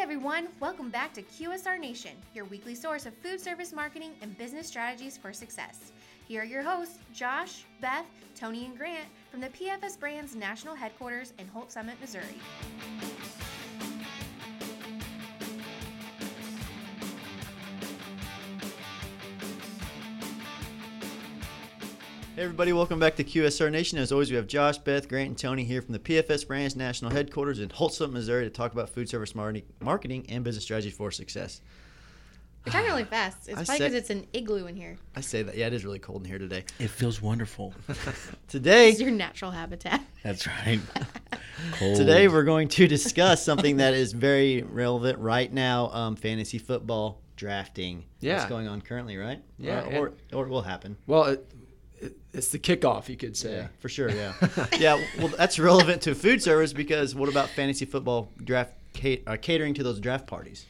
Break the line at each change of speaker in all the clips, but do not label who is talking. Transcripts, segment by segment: everyone. Welcome back to QSR Nation, your weekly source of food service marketing and business strategies for success. Here are your hosts, Josh, Beth, Tony, and Grant from the PFS Brands National Headquarters in Holt Summit, Missouri.
Hey everybody, welcome back to QSR Nation. As always, we have Josh, Beth, Grant, and Tony here from the PFS Brands National Headquarters in Holt Summit, Missouri, to talk about food service marketing, marketing and business strategy for success.
We're talking really fast. It's
I
probably
said-
because it's an igloo in here.
I say that, yeah, it is really cold in here today.
It feels wonderful.
Today,
It's your natural habitat.
That's right. Cold.
today we're going to discuss something that is very relevant right now: um, fantasy football drafting.
Yeah.
that's going on currently, right?
Yeah,
or or, or it will happen.
Well, it, it, it's the kickoff, you could say.
Yeah, for sure. Yeah, yeah. Well, that's relevant to food service because what about fantasy football draft ca- uh, catering to those draft parties?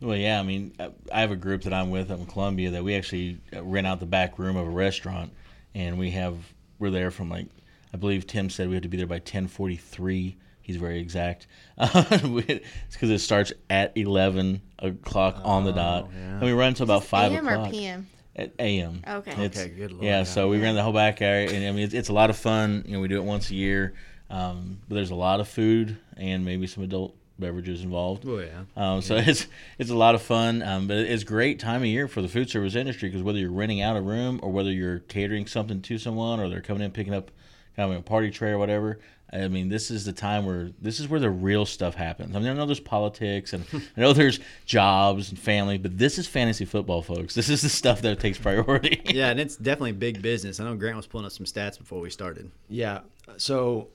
Well, yeah. I mean, I- I have a group that I'm with in Columbia that we actually uh, rent out the back room of a restaurant, and we have we're there from like I believe Tim said we have to be there by 10:43. He's very exact. We- it's because it starts at 11 o'clock on the dot,
Oh, yeah.
and we run until about five
AM
o'clock.
or PM?
At AM.
Okay.
It's-
Okay, good
Oh
lord,
Yeah,
yeah.
so we ran the whole back area, and I mean, it's, it's a lot of fun. You know, we do it once a year, um, but there's a lot of food and maybe some adult beverages involved.
Oh, yeah.
Um, so it's it's a lot of fun, um, but it's great time of year for the food service industry because whether you're renting out a room or whether you're catering something to someone or they're coming in picking up kind of a party tray or whatever. I mean, this is the time where this is where the real stuff happens. I mean, I know there's politics and I know there's jobs and family, but this is fantasy football, folks. This is the stuff that takes priority.
Yeah, and it's definitely big business. I know Grant was pulling up some stats before we started.
Yeah. So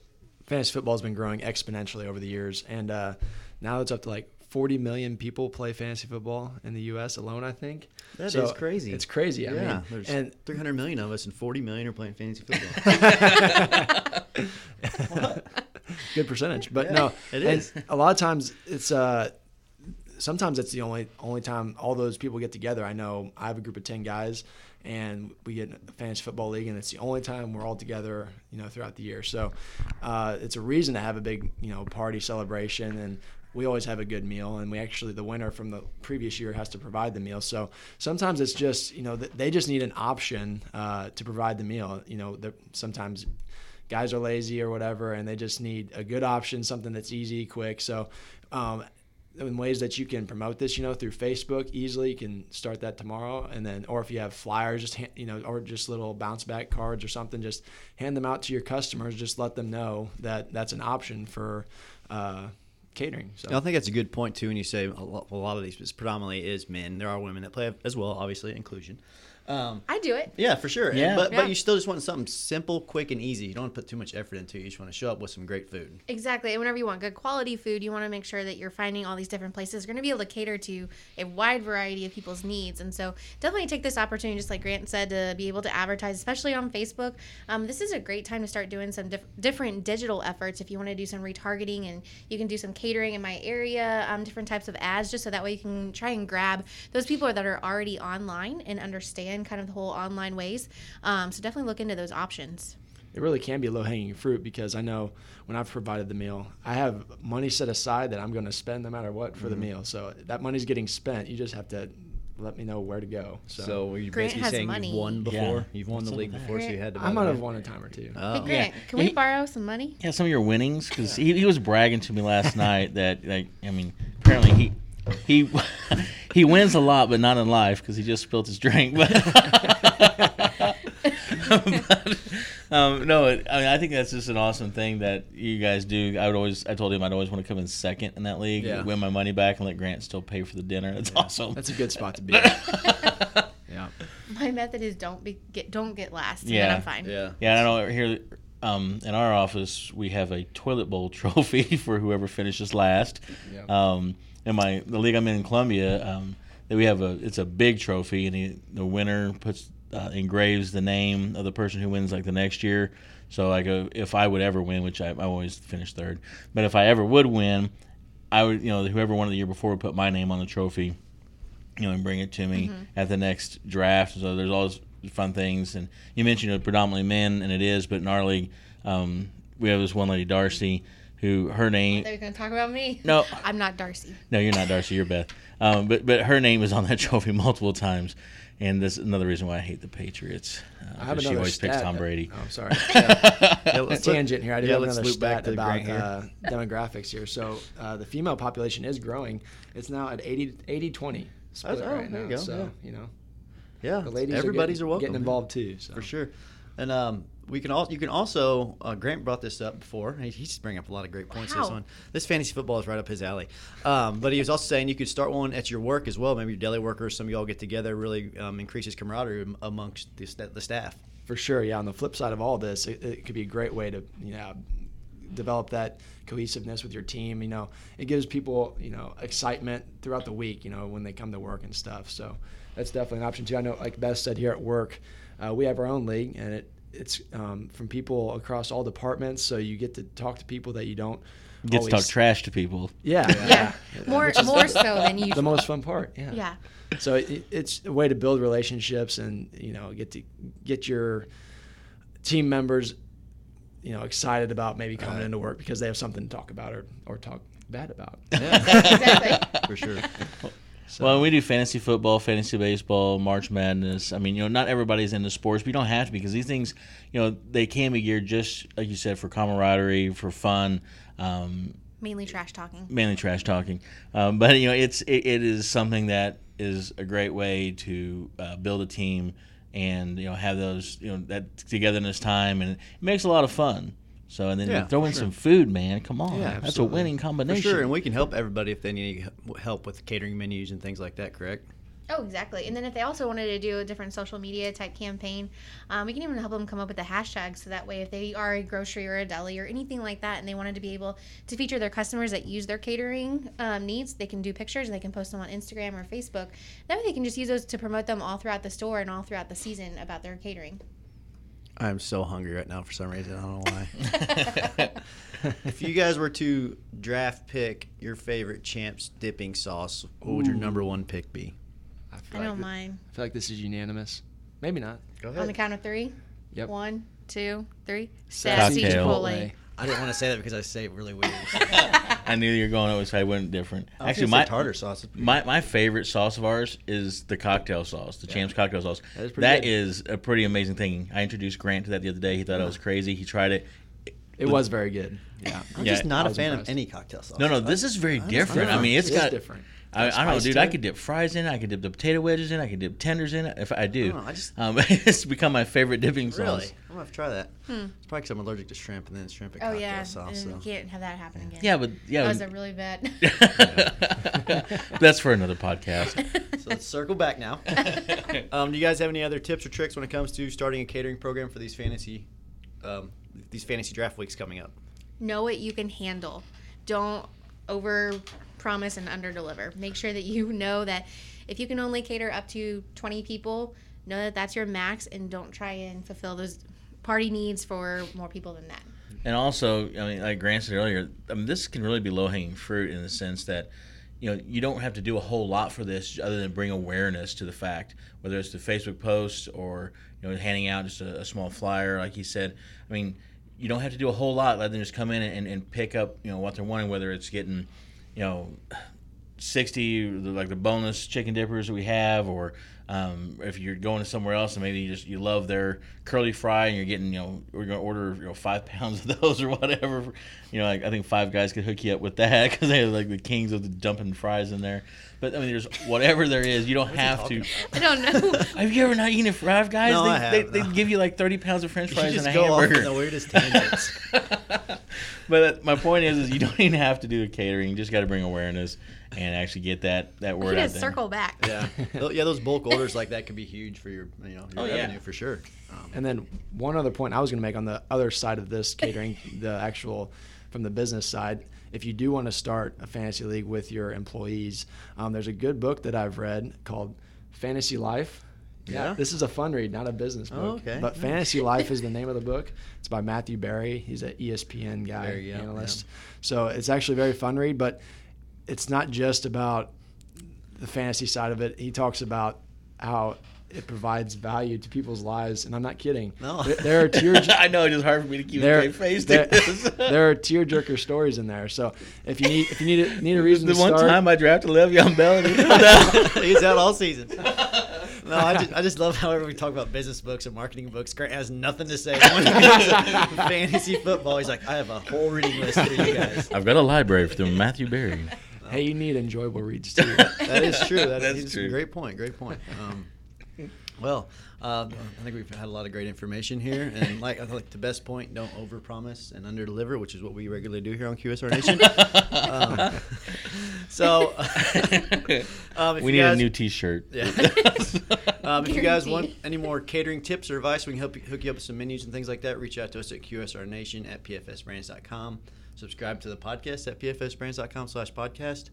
fantasy football has been growing exponentially over the years. And uh, now it's up to like 40 million people play fantasy football in the U.S. alone, I think.
That
That
is
is
crazy.
It's crazy. I
yeah,
mean,
there's
and
300 million of us, and 40 million are playing fantasy football.
good percentage. But no,
it
and
is.
A lot of times it's uh sometimes it's the only only time all those people get together. I know I have a group of 10 guys and we get in a fantasy football league and it's the only time we're all together, you know, throughout the year. So uh, it's a reason to have a big, you know, party celebration and we always have a good meal and we actually the winner from the previous year has to provide the meal so sometimes it's just you know th- they just need an option uh, to provide the meal you know they're- sometimes guys are lazy or whatever, and they just need a good option, something that's easy, quick. So, um, in ways that you can promote this, you know, through Facebook easily, you can start that tomorrow, and then, or if you have flyers, just hand, you know, or just little bounce back cards or something, just hand them out to your customers. Just let them know that that's an option for uh, catering. So.
I think that's a good point too. When you say a lot, a lot of these, it's predominantly is men. There are women that play as well, obviously inclusion. Um,
I do it.
yeah, for sure. And-
Yeah.
but
Yeah.
but you still just want something simple, quick, and easy. You don't want to put too much effort into it. You just want to show up with some great food.
Exactly. And whenever you want good quality food, you want to make sure that you're finding all these different places. You're going to be able to cater to a wide variety of people's needs. And so definitely take this opportunity, just like Grant said, to be able to advertise, especially on Facebook. Um, this is a great time to start doing some diff- different digital efforts if you want to do some retargeting and you can do some catering in my area, um, different types of ads, just so that way you can try and grab those people that are already online and understand kind of the whole online ways. Um, so definitely look into those options.
it really can be low hanging fruit because I know when I've provided the meal, I have money set aside that I'm going to spend no matter what for the meal. So that money's getting spent. You just have to let me know where to go. So,
you're
Grant basically has saying you've money. won
before? Yeah. You've
won
the league
before,
so you
had to.
I might have won a time or two.
Oh,
Hey, Grant, can
Oh, And
we
he-
borrow some money?
Yeah, some of your winnings because he, he was bragging to me last night that like I mean apparently he he he wins a lot but not in life because he just spilled his drink. But, But, um, no, it, I mean I think that's just an awesome thing that you guys do. I would always I told him I'd always want to come in second in that league,
Yeah.
win my money back, and let Grant still pay for the dinner. That's awesome.
That's a good spot to be. at. yeah.
My method is don't be get don't get last. And then
Yeah.
I'm fine.
Yeah.
Yeah, I know here um, in our office we have a toilet bowl trophy for whoever finishes last.
Yeah.
Um, in my the league I'm in in Columbia, um, that we have a it's a big trophy, and he, the winner puts uh, engraves the name of the person who wins like the next year. So like uh, if I would ever win, which I, I always finish third, but if I ever would win, I would you know whoever won the year before would put my name on the trophy you know, and bring it to me at the next draft. So there's all those fun things. And you mentioned it predominantly men, and it is, but in our league, um, we have this one lady, Darcy, who her name
They're going to talk about me.
No.
I'm not Darcy.
No, you're not Darcy. You're Beth. Um, but but her name is on that trophy multiple times, and that's another reason why I hate the Patriots. Uh,
I have
'cause she
another
always
stat.
picks Tom Brady.
Oh, I'm sorry. Yeah,
Yeah, let's look-
tangent here. I did
yeah,
have
let's
another
loop back
stat
to the
about
grant here.
uh, demographics here. So uh, the female population is growing. It's now at 80 80 20 split
oh,
right
there
now.
you go,
So
yeah.
you know,
yeah,
the ladies
everybody's
are,
are
getting,
welcome
getting involved too. So.
for sure. And um, we can all you can also uh, Grant brought this up before. He, he's bringing up a lot of great points. to This
Wow.
one, this fantasy football is right up his alley. Um, but he was also saying you could start one at your work as well. Maybe your deli workers, some of y'all get together, really um, increases camaraderie am- amongst the, sta- the staff.
For sure, yeah. On the flip side of all this, it, it could be a great way to you know develop that cohesiveness with your team. You know, it gives people you know excitement throughout the week. You know, when they come to work and stuff. So that's definitely an option too. I know, like Beth said, here at work, uh, we have our own league, and it it's um, from people across all departments. So you get to talk to people that you don't
Gets to talk
always-
trash to people.
Yeah,
Yeah. More more so than
The
usual.
most fun part. Yeah
yeah.
so it, it's a way to build relationships and you know get to get your team members you know excited about maybe coming into work because they have something to talk about or, or talk bad about
Exactly.
for sure.
Well, and we do fantasy football, fantasy baseball, March Madness. I mean, you know, not everybody's into sports, but you don't have to because these things, you know, they can be geared just like you said for camaraderie, for fun. Um,
Mainly trash talking.
mainly trash talking. Um, but you know, it's it, it is something that is a great way to uh, build a team and you know have those you know that togetherness time and it makes a lot of fun. So and then
Yeah,
you throw
for
in
sure.
some food, man. Come on,
Yeah,
that's a
absolutely.
winning
For
combination.
sure, and we can help everybody if they need h- help with catering menus and things like that. Correct?
Oh, exactly. And then if they also wanted to do a different social media type campaign, um, we can even help them come up with a hashtag. So that way, if they are a grocery or a deli or anything like that, and they wanted to be able to feature their customers that use their catering um, needs, they can do pictures and they can post them on Instagram or Facebook. That way, they can just use those to promote them all throughout the store and all throughout the season about their catering.
I'm so hungry right now for some reason. I don't know why. if you guys were to draft pick your favorite champs dipping sauce, what would your number one pick be?
feel
I
like
don't
thi-
mind.
i feel like this is unanimous maybe not
Go
On the count of three.
Yep.
One, two, three. Sassy
Sassy Cocktail.
Chipotle.
I didn't want to say that because I say it really weird.
I knew you were going always. I went different. Actually,
my
my
tartar sauce. is pretty
My, my favorite sauce of ours is the cocktail sauce, the Champs cocktail sauce. That
is
is,
pretty good.
a pretty amazing thing. I introduced Grant to that the other day. He thought I was crazy. He tried it.
it was very good yeah
good. I'm
yeah,
just not
I
a
was
fan
impressed.
of any cocktail sauce.
No, no, this is very different. I mean, it's
It is
got
different
I, I don't know,
Spice
dude.
to
I
it.
could dip fries in. I could dip the potato wedges in. I could dip tenders in. If I do,
Oh, I just-
um, it's become my favorite dipping
Really?
sauce.
I'm gonna have to try that. It's probably because I'm allergic to shrimp, and then shrimp and
Hmm. Oh
cocktail
yeah.
sauce.
and
So.
you can't have that happen again.
Yeah, but yeah,
That was
but-
a really bad.
that's for another podcast.
so let's circle back now. Um, do you guys have any other tips or tricks when it comes to starting a catering program for these fantasy, um, these fantasy draft weeks coming up?
know what you can handle. Don't over promise and under deliver. Make sure that you know that if you can only cater up to 20 people, know that that's your max and don't try and fulfill those party needs for more people than that.
And also, I mean, like Grant said earlier, I mean, this can really be low hanging fruit in the sense that, you know, you don't have to do a whole lot for this other than bring awareness to the fact, whether it's the Facebook posts or, you know, handing out just a, a small flyer, like he said. I mean, you don't have to do a whole lot other than just come in and, and pick up, you know, what they're wanting, whether it's getting, you know, 60 the- like the bonus chicken dippers that we have or um, if you're going to somewhere else and maybe you just you love their curly fry and you're getting you know we're going to order you know five pounds of those or whatever you know like i think five guys could hook you up with that because they're like the kings of the dumping fries in there but i mean there's whatever there is you don't have to
I don't know.
have you ever not eaten at five guys
No,
they,
I have,
they,
no.
they give you like 30 pounds of french
You
fries
just
and a
go
hamburger
off in the weirdest tangents.
but uh, my point is, is you don't even have to do the catering. You just got to bring awareness and actually get that that
We
word
need a
out there.
circle back.
Yeah, Tho- yeah, those bulk orders like that could be huge for your, you know, your
Oh, yeah.
revenue for sure.
And then one other point I was going to make on the other side of this catering, the actual from the business side. If you do want to start a fantasy league with your employees, um, there's a good book that I've read called Fantasy Life.
Yeah.
This is a fun read, not a business book.
Oh, okay.
But Fantasy Life is the name of the book. It's by Matthew Barry. He's E an ESPN guy,
Barry, yeah,
analyst. So it's actually very fun read, but it's not just about the fantasy side of it. He talks about how it provides value to people's lives, and I'm not kidding.
No.
There- there are tear
I know it's just hard for me to keep a
there,
straight face.
there,
to this.
there are tearjerker stories in there. So if you need if you need a, need a reason
the
to
one
start,
time I drafted Le'Veon Bell, and he-
He's out all season. No, I just, I just love how everyone talk about business books and marketing books. Grant has nothing to say. When it comes to fantasy football, he's like, I have a whole reading list for you guys.
I've got a library from Matthew Berry.
hey, you need enjoyable reads too.
That is true. That
That's
is
true.
Great point. Great point. Um, well, um, I think we've had a lot of great information here, and like I like the best point: don't overpromise and underdeliver, which is what we regularly do here on QSR Nation. um, so, um, if
we
you
need a
guys-
new T-shirt.
Yeah. Um, if you guys want
Guaranteed.
any more catering tips or advice, we can help you, hook you up with some menus and things like that. Reach out to us at qsrnation at pfsbrands.com. Subscribe to the podcast at pfsbrands.com slash podcast.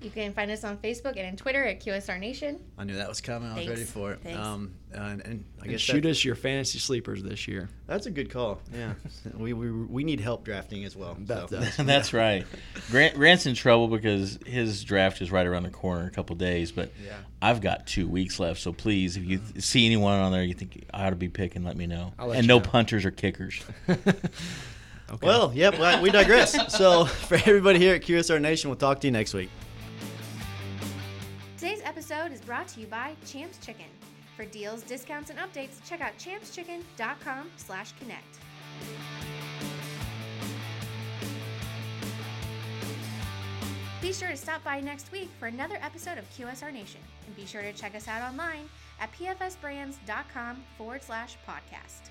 You can find us on Facebook and on Twitter at QSR Nation.
I knew that was coming. I was
Thanks.
ready for it.
Thanks.
Um, and, and I
and
guess
shoot
that-
us your fantasy sleepers this year.
that's a good call. Yeah. we, we, we need help drafting as well.
That
so.
does.
That's right. Grant Grant's in trouble because his draft is right around the corner, a couple days. But
Yeah. Mm-hmm.
I've got two weeks left, so please, if you th- see anyone on there you think I ought to be picking, let me know.
I'll let
and
you
no
know.
punters or kickers.
Okay.
Well, yep, well, we digress. so for everybody here at QSR Nation, we'll talk to you next week.
Today's episode is brought to you by Champs Chicken. For deals, discounts, and updates, check out champschicken.com slash connect. Be sure to stop by next week for another episode of QSR Nation. And be sure to check us out online at pfsbrands.com forward slash podcast.